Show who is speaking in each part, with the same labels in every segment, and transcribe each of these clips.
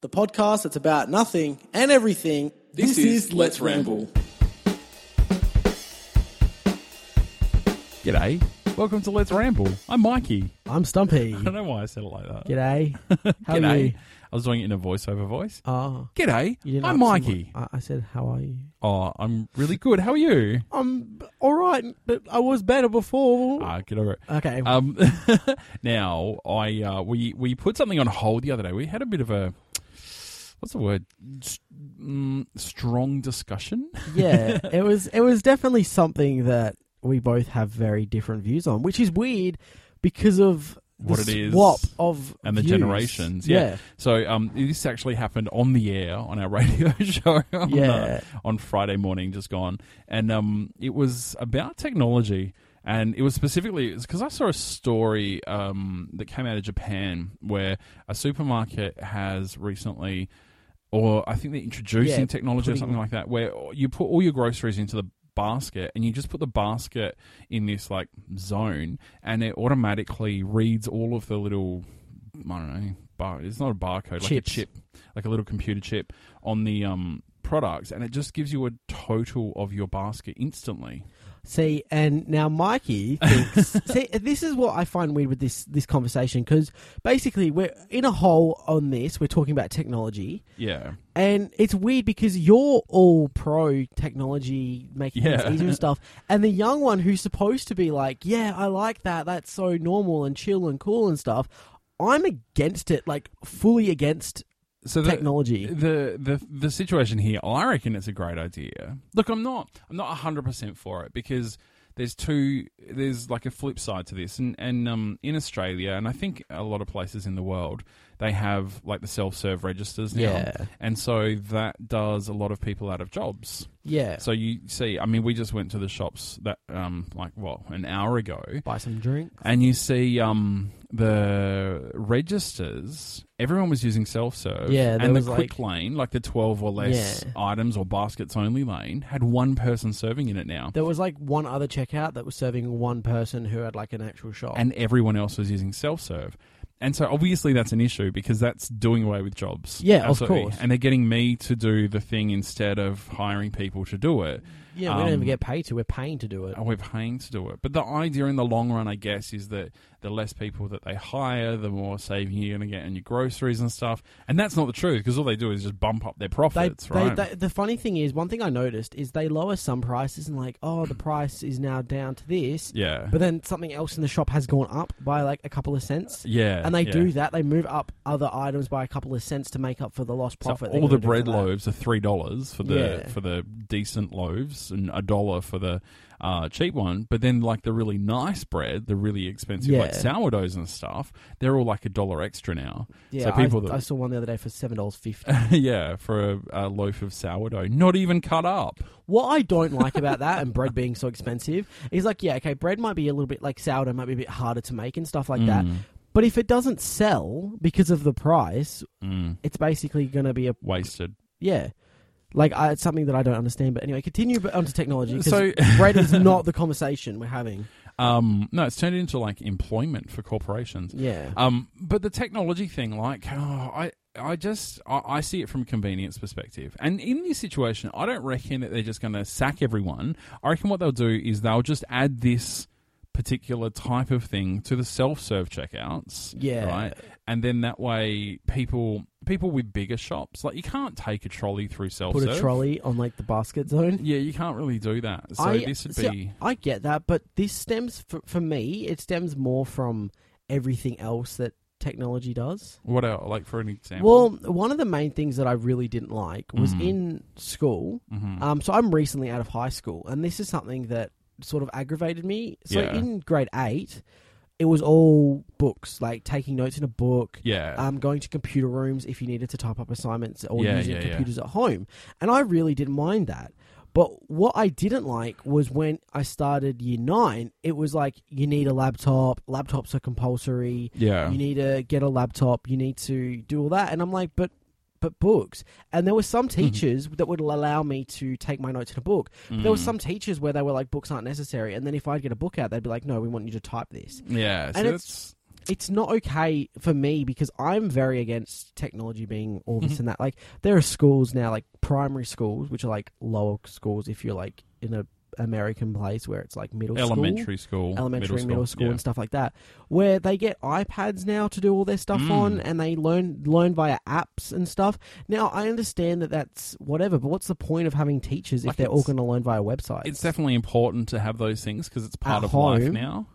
Speaker 1: the podcast that's about nothing and everything.
Speaker 2: This is Let's Ramble.
Speaker 3: G'day. Welcome to Let's Ramble. I'm Mikey.
Speaker 4: I'm Stumpy.
Speaker 3: I don't know why I said it like that.
Speaker 4: G'day. How are
Speaker 3: G'day.
Speaker 4: you?
Speaker 3: I was doing it in a voiceover voice.
Speaker 4: Oh,
Speaker 3: G'day.
Speaker 4: you didn't
Speaker 3: I'm
Speaker 4: answer
Speaker 3: Mikey.
Speaker 4: my- I, I said, "How are you?"
Speaker 3: Oh, I'm really good. How are you?
Speaker 4: I'm all right, but I was better before.
Speaker 3: Ah, get over it.
Speaker 4: Uh, okay.
Speaker 3: Um, now I uh, we we put something on hold the other day. We had a bit of a what's the word? S- mm, strong discussion.
Speaker 4: yeah, it was. It was definitely something that we both have very different views on, which is weird because of the
Speaker 3: What it is
Speaker 4: swap of
Speaker 3: and the
Speaker 4: views.
Speaker 3: generations, yeah. So um, this actually happened on the air on our radio show on,
Speaker 4: Yeah.
Speaker 3: uh, on Friday morning, just gone, and um, it was about technology, and it was specifically because I saw a story um, that came out of Japan where a supermarket has recently. Or I think they're introducing
Speaker 4: Yeah,
Speaker 3: technology or
Speaker 4: putting-
Speaker 3: something like that, where you put all your groceries into the basket and you just put the basket in this like zone, and it automatically reads all of the little I don't know, bar. It's not a barcode, like a
Speaker 4: Chips.
Speaker 3: chip, like a little computer chip on the um, products, and it just gives you a total of your basket instantly.
Speaker 4: See, and now Mikey thinks. see, this is what I find weird with this this conversation because basically we're in a hole on this. We're talking about technology.
Speaker 3: Yeah,
Speaker 4: And it's weird because you're all pro technology, making
Speaker 3: Yeah.
Speaker 4: things easier and stuff. And the young one who's supposed to be like, yeah, I like that. That's so normal and chill and cool and stuff. I'm against it, like fully against
Speaker 3: so the,
Speaker 4: technology.
Speaker 3: the the the situation here, I reckon it's a great idea. Look, I'm not I'm not hundred percent for it because there's two there's like a flip side to this, and and um, in Australia and I think a lot of places in the world they have like the self serve registers now,
Speaker 4: Yeah.
Speaker 3: and so that does a lot of people out of jobs.
Speaker 4: Yeah.
Speaker 3: So you see, I mean, we just went to the shops that, um, like, well, an hour ago,
Speaker 4: Buy some drink.
Speaker 3: and you see, um, the registers. Everyone was using self serve,
Speaker 4: Yeah, there
Speaker 3: and the
Speaker 4: was,
Speaker 3: quick lane, like the twelve or less
Speaker 4: Yeah.
Speaker 3: items or baskets only lane, had one person serving in it now,
Speaker 4: There was like one other checkout that was serving one person who had like an actual shop.
Speaker 3: and everyone else was using self serve. And so obviously that's an issue because that's doing away with jobs.
Speaker 4: Yeah, of
Speaker 3: Absolutely.
Speaker 4: course.
Speaker 3: And they're getting me to do the thing instead of hiring people to do it.
Speaker 4: yeah, we don't
Speaker 3: um, Oh,
Speaker 4: even get paid to. We're paying to do it.
Speaker 3: and we're paying to do it. But the idea in the long run, I guess, is that the less people that they hire, the more saving you're going to get on your groceries and stuff. And that's not the truth because all they do is just bump up their
Speaker 4: They,
Speaker 3: profits,
Speaker 4: they,
Speaker 3: right?
Speaker 4: they, the funny thing is, one thing I noticed is they lower some prices and like, oh, the price is now down to this.
Speaker 3: yeah,
Speaker 4: But then something else in the shop has gone up by like a couple of cents.
Speaker 3: yeah,
Speaker 4: And they
Speaker 3: yeah.
Speaker 4: do that. They move up other items by a couple of cents to make up for the lost
Speaker 3: So
Speaker 4: profit. they
Speaker 3: all the
Speaker 4: got rid
Speaker 3: bread
Speaker 4: of for that.
Speaker 3: loaves are three dollars for the
Speaker 4: Yeah.
Speaker 3: for the decent loaves and a dollar for the uh, cheap one. But then like the really nice bread, the really expensive like
Speaker 4: Yeah.
Speaker 3: sourdoughs and stuff, they're all like a dollar extra now.
Speaker 4: Yeah,
Speaker 3: so people
Speaker 4: I,
Speaker 3: that
Speaker 4: I saw one the other day for seven dollars fifty.
Speaker 3: yeah for a, a loaf of sourdough, not even cut up.
Speaker 4: what I don't like about that and bread being so expensive is like, yeah, okay, bread might be a little bit like sourdough, might be a bit harder to make and stuff like that.
Speaker 3: Mm.
Speaker 4: But if it doesn't sell because of the price,
Speaker 3: Mm.
Speaker 4: it's basically going to be a
Speaker 3: wasted.
Speaker 4: yeah. Like I, it's something that I don't understand, but anyway, continue b- onto technology because
Speaker 3: So-
Speaker 4: bread is not the conversation we're having.
Speaker 3: Um, no, it's turned into like employment for corporations.
Speaker 4: Yeah,
Speaker 3: Um, but the technology thing, like, oh, I, I just, I, I see it from a convenience perspective. And in this situation, I don't reckon that they're just going to sack everyone. I reckon what they'll do is they'll just add this particular type of thing to the self-serve checkouts.
Speaker 4: Yeah.
Speaker 3: Right. And then that way, people, people with bigger shops, like you can't take a trolley through
Speaker 4: put
Speaker 3: self-serve.
Speaker 4: a trolley on like the basket zone.
Speaker 3: Yeah, you can't really do that. So
Speaker 4: I-
Speaker 3: this would
Speaker 4: see,
Speaker 3: be.
Speaker 4: I get that, but this stems for, for me. It stems more from everything else that technology does.
Speaker 3: What else? Like for an example.
Speaker 4: Well, one of the main things that I really didn't like was
Speaker 3: Mhm.
Speaker 4: in school.
Speaker 3: Mhm.
Speaker 4: Um, so I'm recently out of high school, and this is something that sort of aggravated me. So
Speaker 3: Yeah.
Speaker 4: in grade eight, it was all books, like taking notes in a book.
Speaker 3: yeah.
Speaker 4: Um, going to computer rooms if you needed to type up assignments or
Speaker 3: Yeah,
Speaker 4: using
Speaker 3: yeah, yeah.
Speaker 4: computers at home. And I really didn't mind that. But what I didn't like was when I started year nine, it was like you need a laptop, laptops are compulsory,
Speaker 3: yeah.
Speaker 4: you need to get a laptop, you need to do all that. And I'm like, but but books. And there were some
Speaker 3: Mm-hmm.
Speaker 4: teachers that would allow me to take my notes in a book.
Speaker 3: Mm-hmm.
Speaker 4: But
Speaker 3: Mm.
Speaker 4: There were some teachers where they were like, books aren't necessary. And then if I'd get a book out, they'd be like, no, we want you to type this.
Speaker 3: yeah. So
Speaker 4: and it's-
Speaker 3: that's,
Speaker 4: it's not okay for me because I'm very against technology being
Speaker 3: Mm-hmm.
Speaker 4: all this and that. Like there are schools now, like primary schools, which are like lower schools if you're like in a American place where it's like middle school
Speaker 3: elementary school,
Speaker 4: elementary and middle school
Speaker 3: yeah.
Speaker 4: and stuff like that, where they get iPads now to do all their stuff
Speaker 3: Mm.
Speaker 4: on, and they learn learn via apps and stuff. Now I understand that that's whatever, but what's the point of having teachers if
Speaker 3: Like,
Speaker 4: they're all
Speaker 3: it's-
Speaker 4: going to learn via websites?
Speaker 3: It's definitely important to have those things because it's part
Speaker 4: At
Speaker 3: of life
Speaker 4: home.
Speaker 3: now.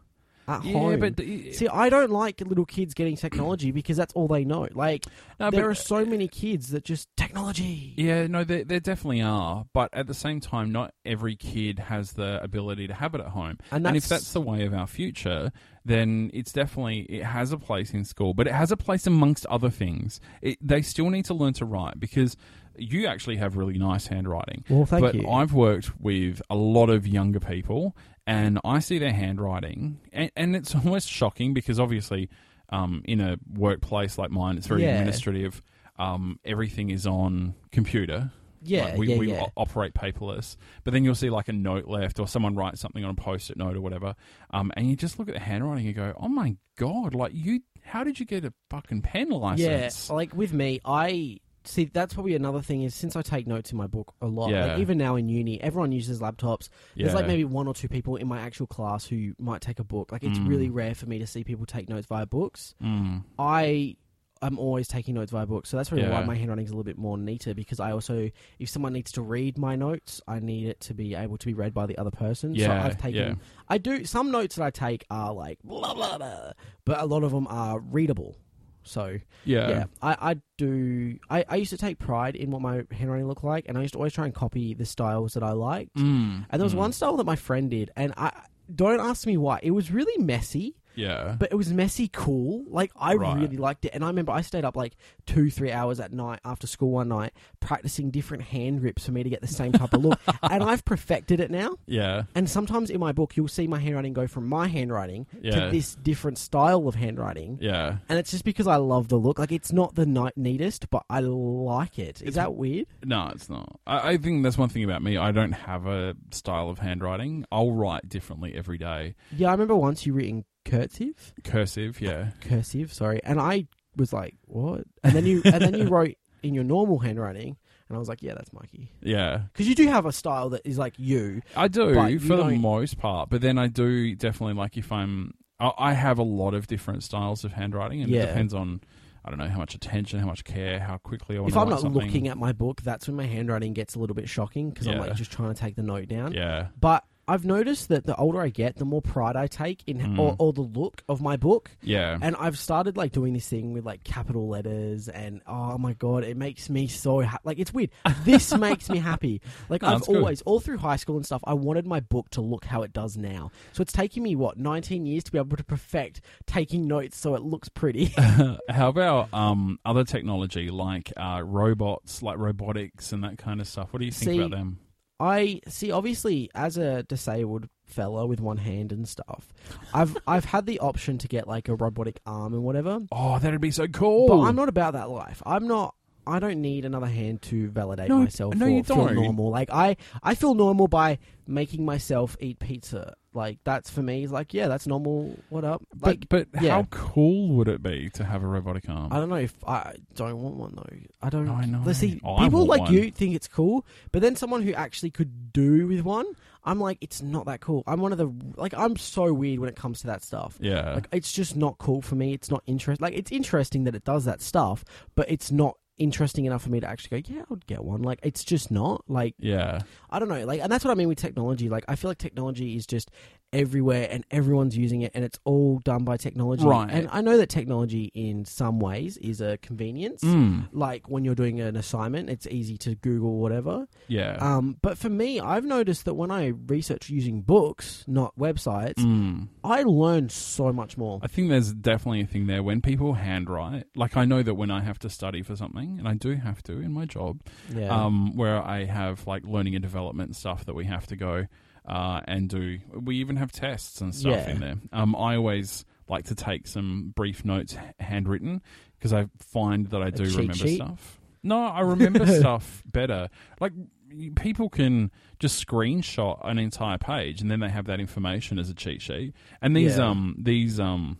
Speaker 4: at
Speaker 3: yeah,
Speaker 4: home.
Speaker 3: but the-
Speaker 4: see, I don't like little kids getting technology because that's all they know. Like
Speaker 3: No,
Speaker 4: there
Speaker 3: but-
Speaker 4: are so many kids that just technology.
Speaker 3: Yeah, no, there, there definitely are, but at the same time, not every kid has the ability to have it at home.
Speaker 4: And
Speaker 3: And, if
Speaker 4: that's-
Speaker 3: that's the way of our future, then it's definitely it has a place in school, but it has a place amongst other things. It, they still need to learn to write because you actually have really nice handwriting.
Speaker 4: Well, thank
Speaker 3: but
Speaker 4: you.
Speaker 3: I've worked with a lot of younger people, and I see their handwriting, and, and it's almost shocking because obviously, um, in a workplace like mine, it's very
Speaker 4: Yeah.
Speaker 3: administrative. Um, everything is on computer.
Speaker 4: Yeah,
Speaker 3: Like, we,
Speaker 4: yeah,
Speaker 3: we
Speaker 4: yeah.
Speaker 3: o- operate paperless, but then you'll see like a note left, or someone writes something on a post-it note or whatever, um, and you just look at the handwriting and go, "Oh my god! Like you, how did you get a fucking pen
Speaker 4: Yeah,
Speaker 3: license?"
Speaker 4: like with me, I see that's probably another thing is since I take notes in my book a lot,
Speaker 3: Yeah.
Speaker 4: like even now in uni, everyone uses laptops. There's
Speaker 3: Yeah.
Speaker 4: like maybe one or two people in my actual class who might take a book. Like it's really rare for me to see people take notes via books.
Speaker 3: Mm.
Speaker 4: I am always taking notes via books, so that's really why
Speaker 3: Yeah.
Speaker 4: my handwriting's a little bit more neater because I also, if someone needs to read my notes, I need it to be able to be read by the other person. so
Speaker 3: Yeah,
Speaker 4: I've taken,
Speaker 3: yeah.
Speaker 4: I do some notes that I take are like blah blah blah, but a lot of them are readable. So
Speaker 3: yeah,
Speaker 4: yeah, I, I do. I, I used to take pride in what my handwriting looked like, and I used to always try and copy the styles that I liked.
Speaker 3: Mm.
Speaker 4: And there was
Speaker 3: Mm.
Speaker 4: one style that my friend did, and I don't ask me why. It was really messy,
Speaker 3: yeah,
Speaker 4: but it was messy cool. Like I
Speaker 3: Right.
Speaker 4: really liked it, and I remember I stayed up like two, three hours at night after school one night practicing different hand grips for me to get the same type of look. And I've perfected it now.
Speaker 3: yeah.
Speaker 4: And sometimes in my book, you'll see my handwriting go from my handwriting
Speaker 3: Yeah.
Speaker 4: to this different style of handwriting.
Speaker 3: Yeah.
Speaker 4: And it's just because I love the look. Like it's not the ni- neatest, but I like it. Is that weird?
Speaker 3: No, it's not. I, I think that's one thing about me. I don't have a style of handwriting. I'll write differently every day.
Speaker 4: Yeah, I remember once you written cursive,
Speaker 3: Cursive, yeah.
Speaker 4: cursive. Sorry, and I was like, what? And then you and then you wrote in your normal handwriting, and I was like, yeah, that's Mikey.
Speaker 3: Yeah.
Speaker 4: Because you do have a style that is like you.
Speaker 3: I
Speaker 4: But
Speaker 3: do
Speaker 4: you
Speaker 3: for the
Speaker 4: don't-
Speaker 3: most part, but then I do definitely like if I'm. I, I have a lot of different styles of handwriting, and
Speaker 4: Yeah.
Speaker 3: it depends on I don't know how much attention, how much care, how quickly I want
Speaker 4: If
Speaker 3: to
Speaker 4: I'm
Speaker 3: write
Speaker 4: not
Speaker 3: something.
Speaker 4: looking at my book, that's when my handwriting gets a little bit shocking because I'm
Speaker 3: Yeah.
Speaker 4: like just trying to take the note down.
Speaker 3: yeah,
Speaker 4: But I've noticed that the older I get, the more pride I take in
Speaker 3: Hmm.
Speaker 4: or, or the look of my book.
Speaker 3: yeah,
Speaker 4: And I've started like doing this thing with like capital letters, and oh my god, it makes me so ha- like it's weird. This makes me happy. Like
Speaker 3: No,
Speaker 4: I've
Speaker 3: that's good.
Speaker 4: always, all through high school and stuff, I wanted my book to look how it does now. So it's taking me what 19 years to be able to perfect taking notes so it looks pretty.
Speaker 3: How about um, other technology like uh, robots, like robotics and that kind of stuff? What do you think
Speaker 4: See,
Speaker 3: about them?
Speaker 4: I see. Obviously, as a disabled fella with one hand and stuff, I've I've had the option to get like a robotic arm and whatever.
Speaker 3: Oh, that'd be so cool.
Speaker 4: But I'm not about that life. I'm not. I don't need another hand to validate
Speaker 3: No,
Speaker 4: myself
Speaker 3: no,
Speaker 4: or
Speaker 3: you
Speaker 4: feel
Speaker 3: don't.
Speaker 4: normal. Like I, I feel normal by making myself eat pizza. Like that's for me. Like yeah, that's normal. What up? Like
Speaker 3: but but
Speaker 4: yeah.
Speaker 3: how cool would it be to have a robotic arm?
Speaker 4: I don't know if I don't want one though. I don't.
Speaker 3: I know.
Speaker 4: Let's see,
Speaker 3: I
Speaker 4: people
Speaker 3: want
Speaker 4: like
Speaker 3: one.
Speaker 4: you think it's cool, but then someone who actually could do with one, I'm like, it's not that cool. I'm one of the like, I'm so weird when it comes to that stuff.
Speaker 3: yeah,
Speaker 4: Like it's just not cool for me. It's not interest. Like it's interesting that it does that stuff, but it's not interesting enough for me to actually go. Yeah, I would get one. Like it's just not. Like
Speaker 3: yeah,
Speaker 4: I don't know. Like and that's what I mean with technology. Like I feel like technology is just everywhere and everyone's using it, and it's all done by technology.
Speaker 3: Right.
Speaker 4: And I know that technology in some ways is a convenience.
Speaker 3: Mm,
Speaker 4: Like when you're doing an assignment, it's easy to Google whatever.
Speaker 3: yeah.
Speaker 4: Um, but for me, I've noticed that when I research using books, not websites,
Speaker 3: Mm.
Speaker 4: I learn so much more.
Speaker 3: I think there's definitely a thing there when people handwrite. Like I know that when I have to study for something, and I do have to in my job,
Speaker 4: Yeah.
Speaker 3: um, where I have like learning and development stuff that we have to go uh, and do. We even have tests and stuff
Speaker 4: Yeah.
Speaker 3: in there. Um, I always like to take some brief notes h- handwritten because I find that I do
Speaker 4: cheat
Speaker 3: remember
Speaker 4: sheet?
Speaker 3: stuff. No, I remember stuff better. Like y- people can just screenshot an entire page and then they have that information as a cheat sheet. And these
Speaker 4: Yeah.
Speaker 3: um these um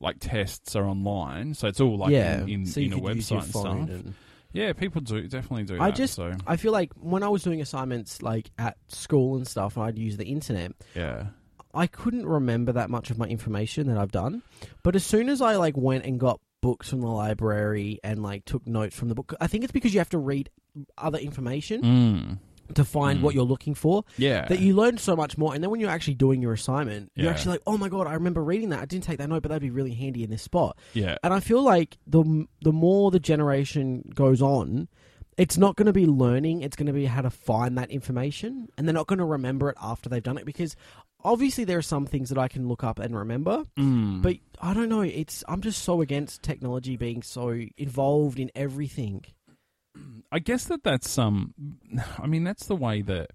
Speaker 3: like tests are online, so it's all like
Speaker 4: yeah,
Speaker 3: in, in,
Speaker 4: so
Speaker 3: in
Speaker 4: you
Speaker 3: a
Speaker 4: could use your
Speaker 3: website and stuff.
Speaker 4: phone and-
Speaker 3: Yeah, people do definitely do.
Speaker 4: I
Speaker 3: that,
Speaker 4: just
Speaker 3: so
Speaker 4: I feel like when I was doing assignments like at school and stuff, I'd use the internet.
Speaker 3: yeah,
Speaker 4: I couldn't remember that much of my information that I've done, but as soon as I like went and got books from the library and like took notes from the book, I think it's because you have to read other information
Speaker 3: mm.
Speaker 4: to find
Speaker 3: Mm.
Speaker 4: what you're looking for
Speaker 3: yeah,
Speaker 4: that you learn so much more. And then when you're actually doing your assignment,
Speaker 3: Yeah.
Speaker 4: you're actually like, oh my god, I remember reading that. I didn't take that note, but that'd be really handy in this spot.
Speaker 3: yeah,
Speaker 4: And I feel like the the more the generation goes on, it's not going to be learning. It's going to be how to find that information, and they're not going to remember it after they've done it because obviously there are some things that I can look up and remember.
Speaker 3: mm.
Speaker 4: But I don't know. It's I'm just so against technology being so involved in everything.
Speaker 3: I guess that that's um, I mean that's the way that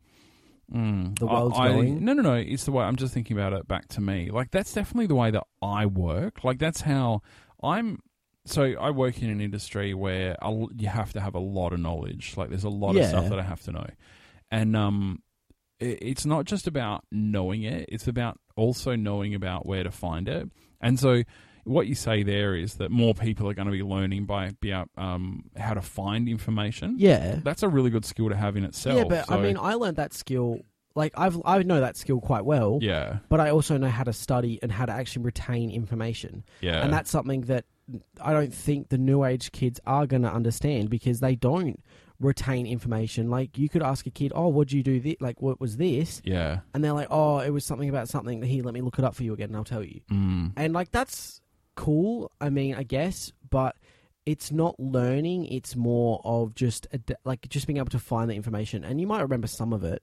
Speaker 3: mm,
Speaker 4: The world's
Speaker 3: I, I-
Speaker 4: going.
Speaker 3: No, no, no. It's the way I'm just thinking about it back to me. Like that's definitely the way that I work. Like that's how I'm. So I work in an industry where a l you have to have a lot of knowledge. Like there's a lot of
Speaker 4: Yeah.
Speaker 3: stuff that I have to know, and um, it, it's not just about knowing it. It's about also knowing about where to find it. And so what you say there is that more people are going to be learning by be out, um, how to find information.
Speaker 4: Yeah.
Speaker 3: That's a really good skill to have in itself.
Speaker 4: Yeah, but I
Speaker 3: so-
Speaker 4: mean, I learned that skill. Like I've I know that skill quite well.
Speaker 3: yeah,
Speaker 4: But I also know how to study and how to actually retain information.
Speaker 3: yeah,
Speaker 4: and that's something that I don't think the new age kids are going to understand because they don't retain information. Like you could ask a kid, "Oh, what would you do? This? Like what was this?"
Speaker 3: yeah,
Speaker 4: And they're like, "Oh, it was something about something." Here, let me look it up for you again, and I'll tell you.
Speaker 3: mm,
Speaker 4: And like that's cool. I mean, I guess, but it's not learning. It's more of just ad- like just being able to find the information, and you might remember some of it,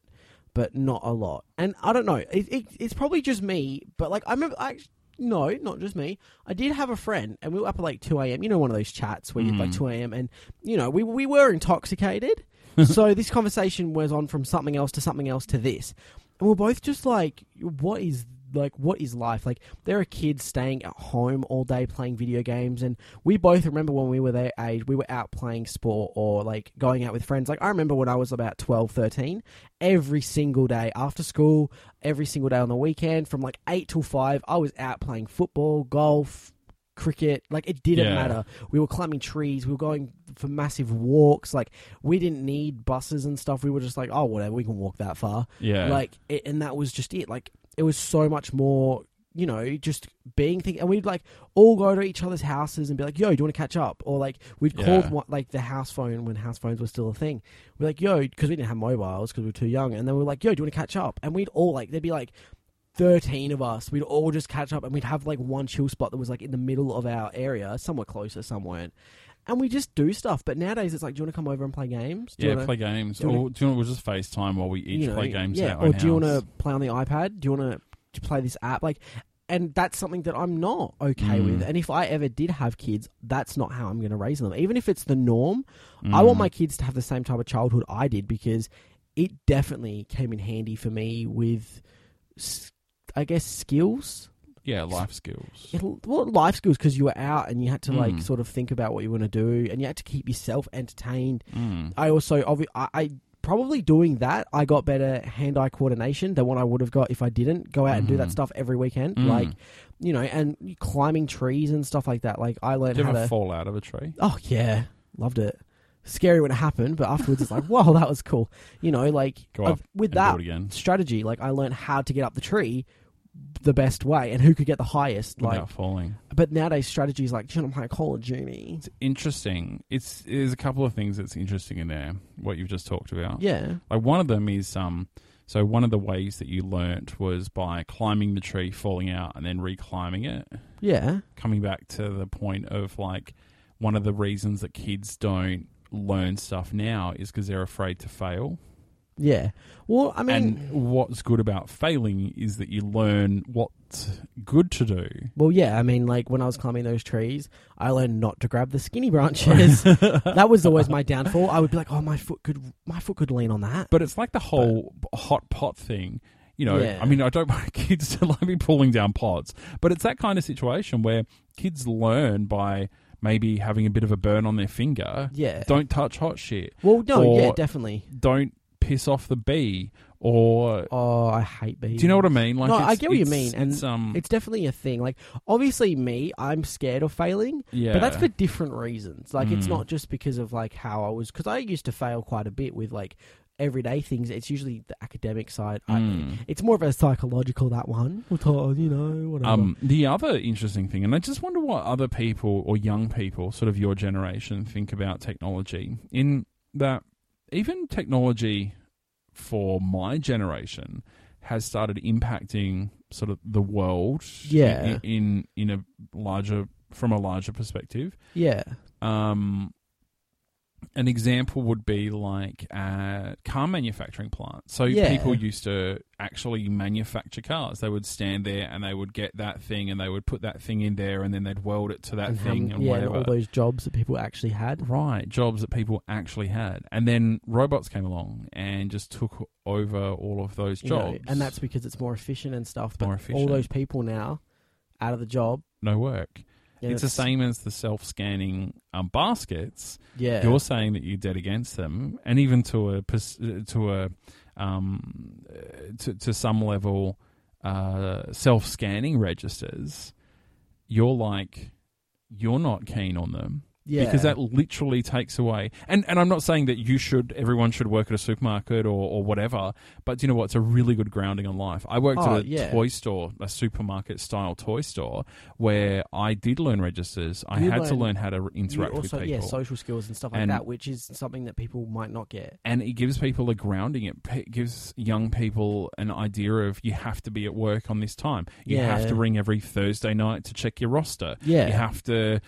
Speaker 4: but not a lot. And I don't know. It, it, it's probably just me, but like I remember. I, no, not just me. I did have a friend, and we were up at like two a.m. You know, one of those chats where you're like
Speaker 3: Mm.
Speaker 4: two a.m. and you know we we were intoxicated, so this conversation was on from something else to something else to this, and we're both just like, what is like what is life like there are kids staying at home all day playing video games and we both remember when we were their age we were out playing sport or like going out with friends like i remember when i was about 12 13 every single day after school every single day on the weekend from like 8 till 5 i was out playing football golf cricket like it didn't
Speaker 3: Yeah.
Speaker 4: matter we were climbing trees we were going for massive walks like we didn't need buses and stuff we were just like oh whatever we can walk that far
Speaker 3: yeah,
Speaker 4: like, it, and that was just it. Like, it was so much more, you know, just being thing. And we'd like all go to each other's houses and be like, "Yo, do you want to catch up?" Or like we'd call
Speaker 3: Yeah.
Speaker 4: one- like the house phone when house phones were still a thing. We're like, "Yo," because we didn't have mobiles because we were too young. And then we were like, "Yo, do you want to catch up?" And we'd all like, there'd be like. 13 of us we'd all just catch up and we'd have like one chill spot that was like in the middle of our area somewhere closer some weren't and we just do stuff but nowadays it's like do you want to come over and play games do you
Speaker 3: yeah.
Speaker 4: wanna-
Speaker 3: Play games,
Speaker 4: do you
Speaker 3: or
Speaker 4: wanna-
Speaker 3: do you know we'll just FaceTime while we each
Speaker 4: you know,
Speaker 3: play games?
Speaker 4: Yeah,
Speaker 3: at our
Speaker 4: or do you
Speaker 3: house.
Speaker 4: want to play on the iPad? Do you want to play this app? Like, and that's something that I'm not okay
Speaker 3: Mm.
Speaker 4: with. And if I ever did have kids, that's not how I'm going to raise them. Even if it's the norm, I
Speaker 3: Mm.
Speaker 4: want my kids to have the same type of childhood I did because it definitely came in handy for me with, s- I guess, skills.
Speaker 3: yeah life skills?
Speaker 4: It'll, well, life skills because you were out and you had to like
Speaker 3: Mm.
Speaker 4: sort of think about what you want to do and you had to keep yourself entertained
Speaker 3: Mm.
Speaker 4: I also obvi- I, I probably doing that I got better hand eye coordination than what I would have got if I didn't go out and do
Speaker 3: Mhm.
Speaker 4: that stuff every weekend.
Speaker 3: Mm.
Speaker 4: Like you know, and climbing trees and stuff like that. Like I learned
Speaker 3: Did you
Speaker 4: how
Speaker 3: ever
Speaker 4: to.
Speaker 3: fall out of a tree?
Speaker 4: oh yeah, loved it. Scary when it happened, but afterwards it's like, wow, that was cool. You know, like
Speaker 3: Go
Speaker 4: I've-
Speaker 3: up
Speaker 4: with
Speaker 3: and
Speaker 4: that
Speaker 3: do it again
Speaker 4: strategy, like I learned how to get up the tree the best way and who could get the highest. Like,
Speaker 3: without falling.
Speaker 4: but nowadays strategies like, "Do you know, my Call of Duty.
Speaker 3: It's interesting. It's there's a couple of things that's interesting in there. What you've just talked about.
Speaker 4: Yeah,
Speaker 3: Like one of them is um so one of the ways that you learnt was by climbing the tree, falling out and then re-climbing it.
Speaker 4: yeah,
Speaker 3: Coming back to the point of like one of the reasons that kids don't learn stuff now is because they're afraid to fail.
Speaker 4: yeah. Well, I mean,
Speaker 3: and what's good about failing is that you learn what's good to do.
Speaker 4: Well, yeah, I mean, like when I was climbing those trees, I learned not to grab the skinny branches. that was always my downfall. I would be like, "Oh, my foot could, my foot could lean on that."
Speaker 3: But it's like the whole hot pot thing. You know,
Speaker 4: Yeah.
Speaker 3: I mean, I don't want kids to like be pulling down pots, but it's that kind of situation where kids learn by maybe having a bit of a burn on their finger.
Speaker 4: yeah,
Speaker 3: Don't touch hot shit.
Speaker 4: well, no,
Speaker 3: or-
Speaker 4: yeah, definitely.
Speaker 3: Don't piss off the bee or
Speaker 4: Oh, I hate bees.
Speaker 3: do you know what I mean? Like,
Speaker 4: no,
Speaker 3: it's-
Speaker 4: I get what you
Speaker 3: it's-
Speaker 4: mean, and
Speaker 3: it's, um,
Speaker 4: it's definitely a thing. Like, obviously, me, I'm scared of failing,
Speaker 3: yeah,
Speaker 4: but that's for different reasons. Like, it's
Speaker 3: Mm.
Speaker 4: not just because of like how I was, because I used to fail quite a bit with like everyday things. It's usually the academic side. I,
Speaker 3: Mm.
Speaker 4: it's more of a psychological that one. With, oh, you know, whatever.
Speaker 3: Um, the other interesting thing, and I just wonder what other people or young people, sort of your generation, think about technology. In that, even technology for my generation has started impacting sort of the world,
Speaker 4: Yeah.
Speaker 3: in in, in a larger from a larger perspective.
Speaker 4: yeah,
Speaker 3: Um, an example would be like uh, car manufacturing plants. So
Speaker 4: Yeah.
Speaker 3: people used to actually manufacture cars. They would stand there and they would get that thing and they would put that thing in there and then they'd weld it to that
Speaker 4: and
Speaker 3: thing
Speaker 4: how-
Speaker 3: and
Speaker 4: yeah, and
Speaker 3: whatever.
Speaker 4: all those jobs that people actually had.
Speaker 3: Right, jobs that people actually had, and then robots came along and just took over all of those
Speaker 4: you know,
Speaker 3: jobs,
Speaker 4: and that's because it's more efficient and stuff. But
Speaker 3: More
Speaker 4: all
Speaker 3: efficient.
Speaker 4: those people now out of the job.
Speaker 3: no work.
Speaker 4: and
Speaker 3: it's the same as the self-scanning um, baskets.
Speaker 4: Yeah,
Speaker 3: you're saying that you're dead against them, and even to a pers- to a um, uh, to to some level, uh, self scanning registers. You're like you're not keen on them
Speaker 4: yeah,
Speaker 3: because that literally takes away. And and I'm not saying that you should everyone should work at a supermarket or or whatever, but do you know what? It's a really good grounding on life. I worked
Speaker 4: Oh,
Speaker 3: at a
Speaker 4: yeah.
Speaker 3: toy store, a supermarket style toy store, where I did learn registers. I
Speaker 4: You
Speaker 3: had to
Speaker 4: learn-
Speaker 3: learn how to interact
Speaker 4: you also,
Speaker 3: with
Speaker 4: Yeah,
Speaker 3: people.
Speaker 4: social skills and stuff like
Speaker 3: And-
Speaker 4: that, which is something that people might not get.
Speaker 3: and it gives people a grounding. It p- gives young people an idea of you have to be at work on this time. You
Speaker 4: Yeah.
Speaker 3: have to ring every Thursday night to check your roster.
Speaker 4: Yeah.
Speaker 3: You have to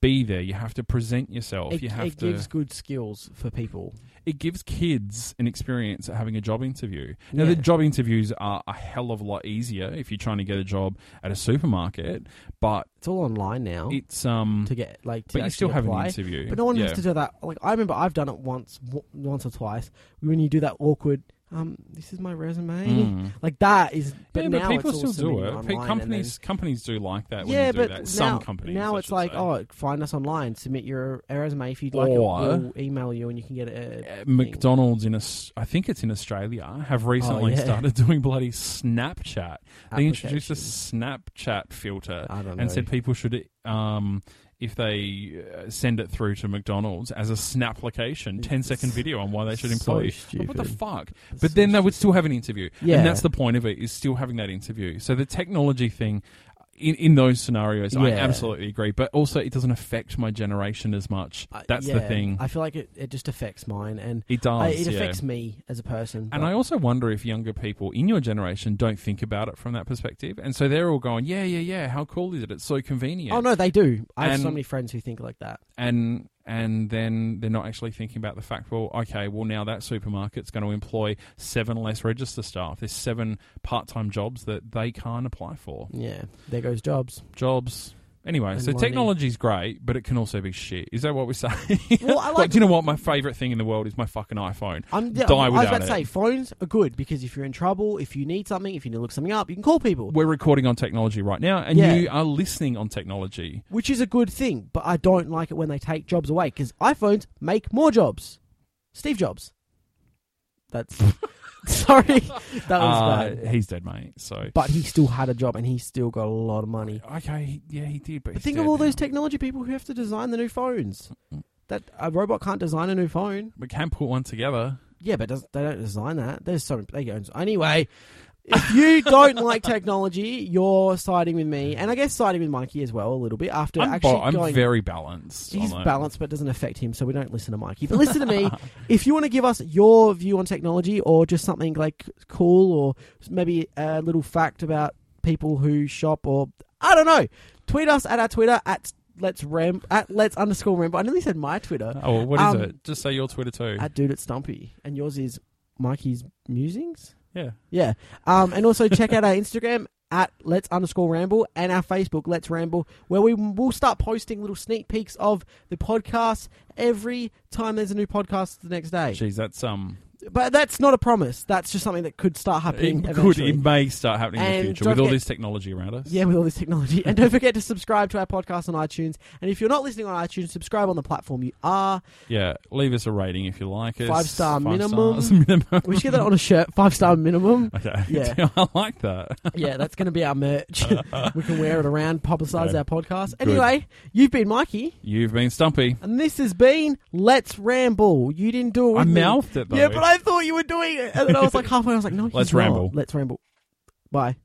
Speaker 3: be there. You have to present yourself.
Speaker 4: It,
Speaker 3: you have
Speaker 4: it
Speaker 3: to.
Speaker 4: gives good skills for people.
Speaker 3: it gives kids an experience at having a job interview. Now,
Speaker 4: Yeah.
Speaker 3: the job interviews are a hell of a lot easier if you're trying to get a job at a supermarket, but
Speaker 4: It's all online now
Speaker 3: it's um.
Speaker 4: Oh. to get like. To
Speaker 3: but you still
Speaker 4: actually
Speaker 3: have
Speaker 4: apply.
Speaker 3: an interview.
Speaker 4: But no one
Speaker 3: Yeah.
Speaker 4: has to do that. Like I remember, I've done it once, w- once or twice. When you do that awkward, um, this is my resume.
Speaker 3: Mm.
Speaker 4: Like that is. But
Speaker 3: yeah,
Speaker 4: now
Speaker 3: but people
Speaker 4: it's all
Speaker 3: still do
Speaker 4: submitted
Speaker 3: it.
Speaker 4: online
Speaker 3: Pe-
Speaker 4: and
Speaker 3: companies companies do like that.
Speaker 4: then-
Speaker 3: When
Speaker 4: yeah,
Speaker 3: you do
Speaker 4: but
Speaker 3: that.
Speaker 4: now,
Speaker 3: some companies
Speaker 4: now
Speaker 3: I
Speaker 4: it's
Speaker 3: should
Speaker 4: like,
Speaker 3: say.
Speaker 4: oh, find us online, submit your resume if you'd like,
Speaker 3: Or-
Speaker 4: it, we'll email you, and you can get it.
Speaker 3: Uh, McDonald's in Aus- I think it's in Australia have recently
Speaker 4: Oh, yeah.
Speaker 3: started doing bloody Snapchat. They introduced a Snapchat filter
Speaker 4: I don't know.
Speaker 3: and said people should um if they uh, send it through to McDonald's as a Snapplication, 10 second video on why they should employ. you.
Speaker 4: So
Speaker 3: What the
Speaker 4: stupid.
Speaker 3: fuck? But then they would still have an interview.
Speaker 4: Yeah.
Speaker 3: And that's the point of it, is still having that interview. So the technology thing, in, in those scenarios, I
Speaker 4: Yeah.
Speaker 3: absolutely agree. But also, it doesn't affect my generation as much.
Speaker 4: I-
Speaker 3: That's the
Speaker 4: yeah,
Speaker 3: thing.
Speaker 4: I feel like it, it just affects mine, and
Speaker 3: it does.
Speaker 4: I, it
Speaker 3: yeah.
Speaker 4: affects me as a person.
Speaker 3: And
Speaker 4: but-
Speaker 3: I also wonder if younger people in your generation don't think about it from that perspective. And so they're all going, yeah, yeah, yeah, how cool is it? It's so convenient.
Speaker 4: oh no, they do. I have so
Speaker 3: And-
Speaker 4: many friends who think like that.
Speaker 3: And and then they're not actually thinking about the fact, well, okay, well now that supermarket's going to employ seven less register staff. There's seven part-time jobs that they can't apply for.
Speaker 4: Yeah, there goes jobs.
Speaker 3: Jobs. Anyway,
Speaker 4: And
Speaker 3: so
Speaker 4: money.
Speaker 3: technology's great, but it can also be shit. Is that what we're saying?
Speaker 4: Well, I
Speaker 3: like,
Speaker 4: like.
Speaker 3: do you know what? My favorite thing in the world is my fucking iPhone.
Speaker 4: I'm, yeah,
Speaker 3: Die
Speaker 4: I was
Speaker 3: without
Speaker 4: about to
Speaker 3: it.
Speaker 4: say phones are good because if you're in trouble, if you need something, if you need to look something up, you can call people,
Speaker 3: We're recording on technology right now, and
Speaker 4: Yeah.
Speaker 3: you are listening on technology.
Speaker 4: which is a good thing. But I don't like it when they take jobs away because iPhones make more jobs. Steve Jobs. That's sorry, that was
Speaker 3: Uh,
Speaker 4: bad.
Speaker 3: He's dead, mate. So
Speaker 4: But he still had a job and he still got a lot of money.
Speaker 3: okay, he- yeah, he did. But,
Speaker 4: But
Speaker 3: he's
Speaker 4: think of
Speaker 3: dead
Speaker 4: all those
Speaker 3: now.
Speaker 4: technology people who have to design the new phones. That a robot can't design a new phone.
Speaker 3: we can put one together.
Speaker 4: Yeah, but does, they don't design that. There's so they go anyway. If you don't like technology, you're siding with me, and I guess siding with Mikey as well a little bit. After
Speaker 3: I'm,
Speaker 4: actually
Speaker 3: bo- I'm
Speaker 4: going,
Speaker 3: very balanced.
Speaker 4: he's
Speaker 3: on that.
Speaker 4: balanced, but it doesn't affect him, so we don't listen to Mikey. But listen to me. if you want to give us your view on technology, or just something like cool, or maybe a little fact about people who shop, or I don't know, tweet us at our Twitter at let's rem at let's underscore rem. I nearly said my Twitter
Speaker 3: Oh, well, what is
Speaker 4: Um,
Speaker 3: it? Just say your Twitter too.
Speaker 4: at dude at stumpy, and yours is Mikey's musings.
Speaker 3: yeah,
Speaker 4: Yeah. Um, and also check out our Instagram at let's underscore ramble and our Facebook let's ramble where we will start posting little sneak peeks of the podcast every time there's a new podcast the next day.
Speaker 3: jeez, that's um,
Speaker 4: But that's not a promise. That's just something that could start happening.
Speaker 3: It could,
Speaker 4: eventually.
Speaker 3: it may start happening in
Speaker 4: And
Speaker 3: the future
Speaker 4: don't
Speaker 3: with all
Speaker 4: forget-
Speaker 3: this technology around us.
Speaker 4: Yeah, with all this technology. And don't forget to subscribe to our podcast on iTunes. And if you're not listening on iTunes, subscribe on the platform you are.
Speaker 3: Yeah, leave us a rating if you like us.
Speaker 4: Five star minimum.
Speaker 3: stars minimum.
Speaker 4: We should get that on a shirt, five star minimum.
Speaker 3: Okay.
Speaker 4: Yeah.
Speaker 3: I like that.
Speaker 4: Yeah, that's going to be our merch. we can wear it around, publicize
Speaker 3: Okay.
Speaker 4: our podcast.
Speaker 3: Good.
Speaker 4: Anyway, you've been Mikey,
Speaker 3: You've been Stumpy.
Speaker 4: and this has been Let's Ramble. You didn't do it.
Speaker 3: I
Speaker 4: with me.
Speaker 3: mouthed it though.
Speaker 4: Yeah, but I thought you were doing it, and then I was like halfway. I was like, no, he's
Speaker 3: Let's
Speaker 4: not.
Speaker 3: ramble.
Speaker 4: Let's ramble. Bye.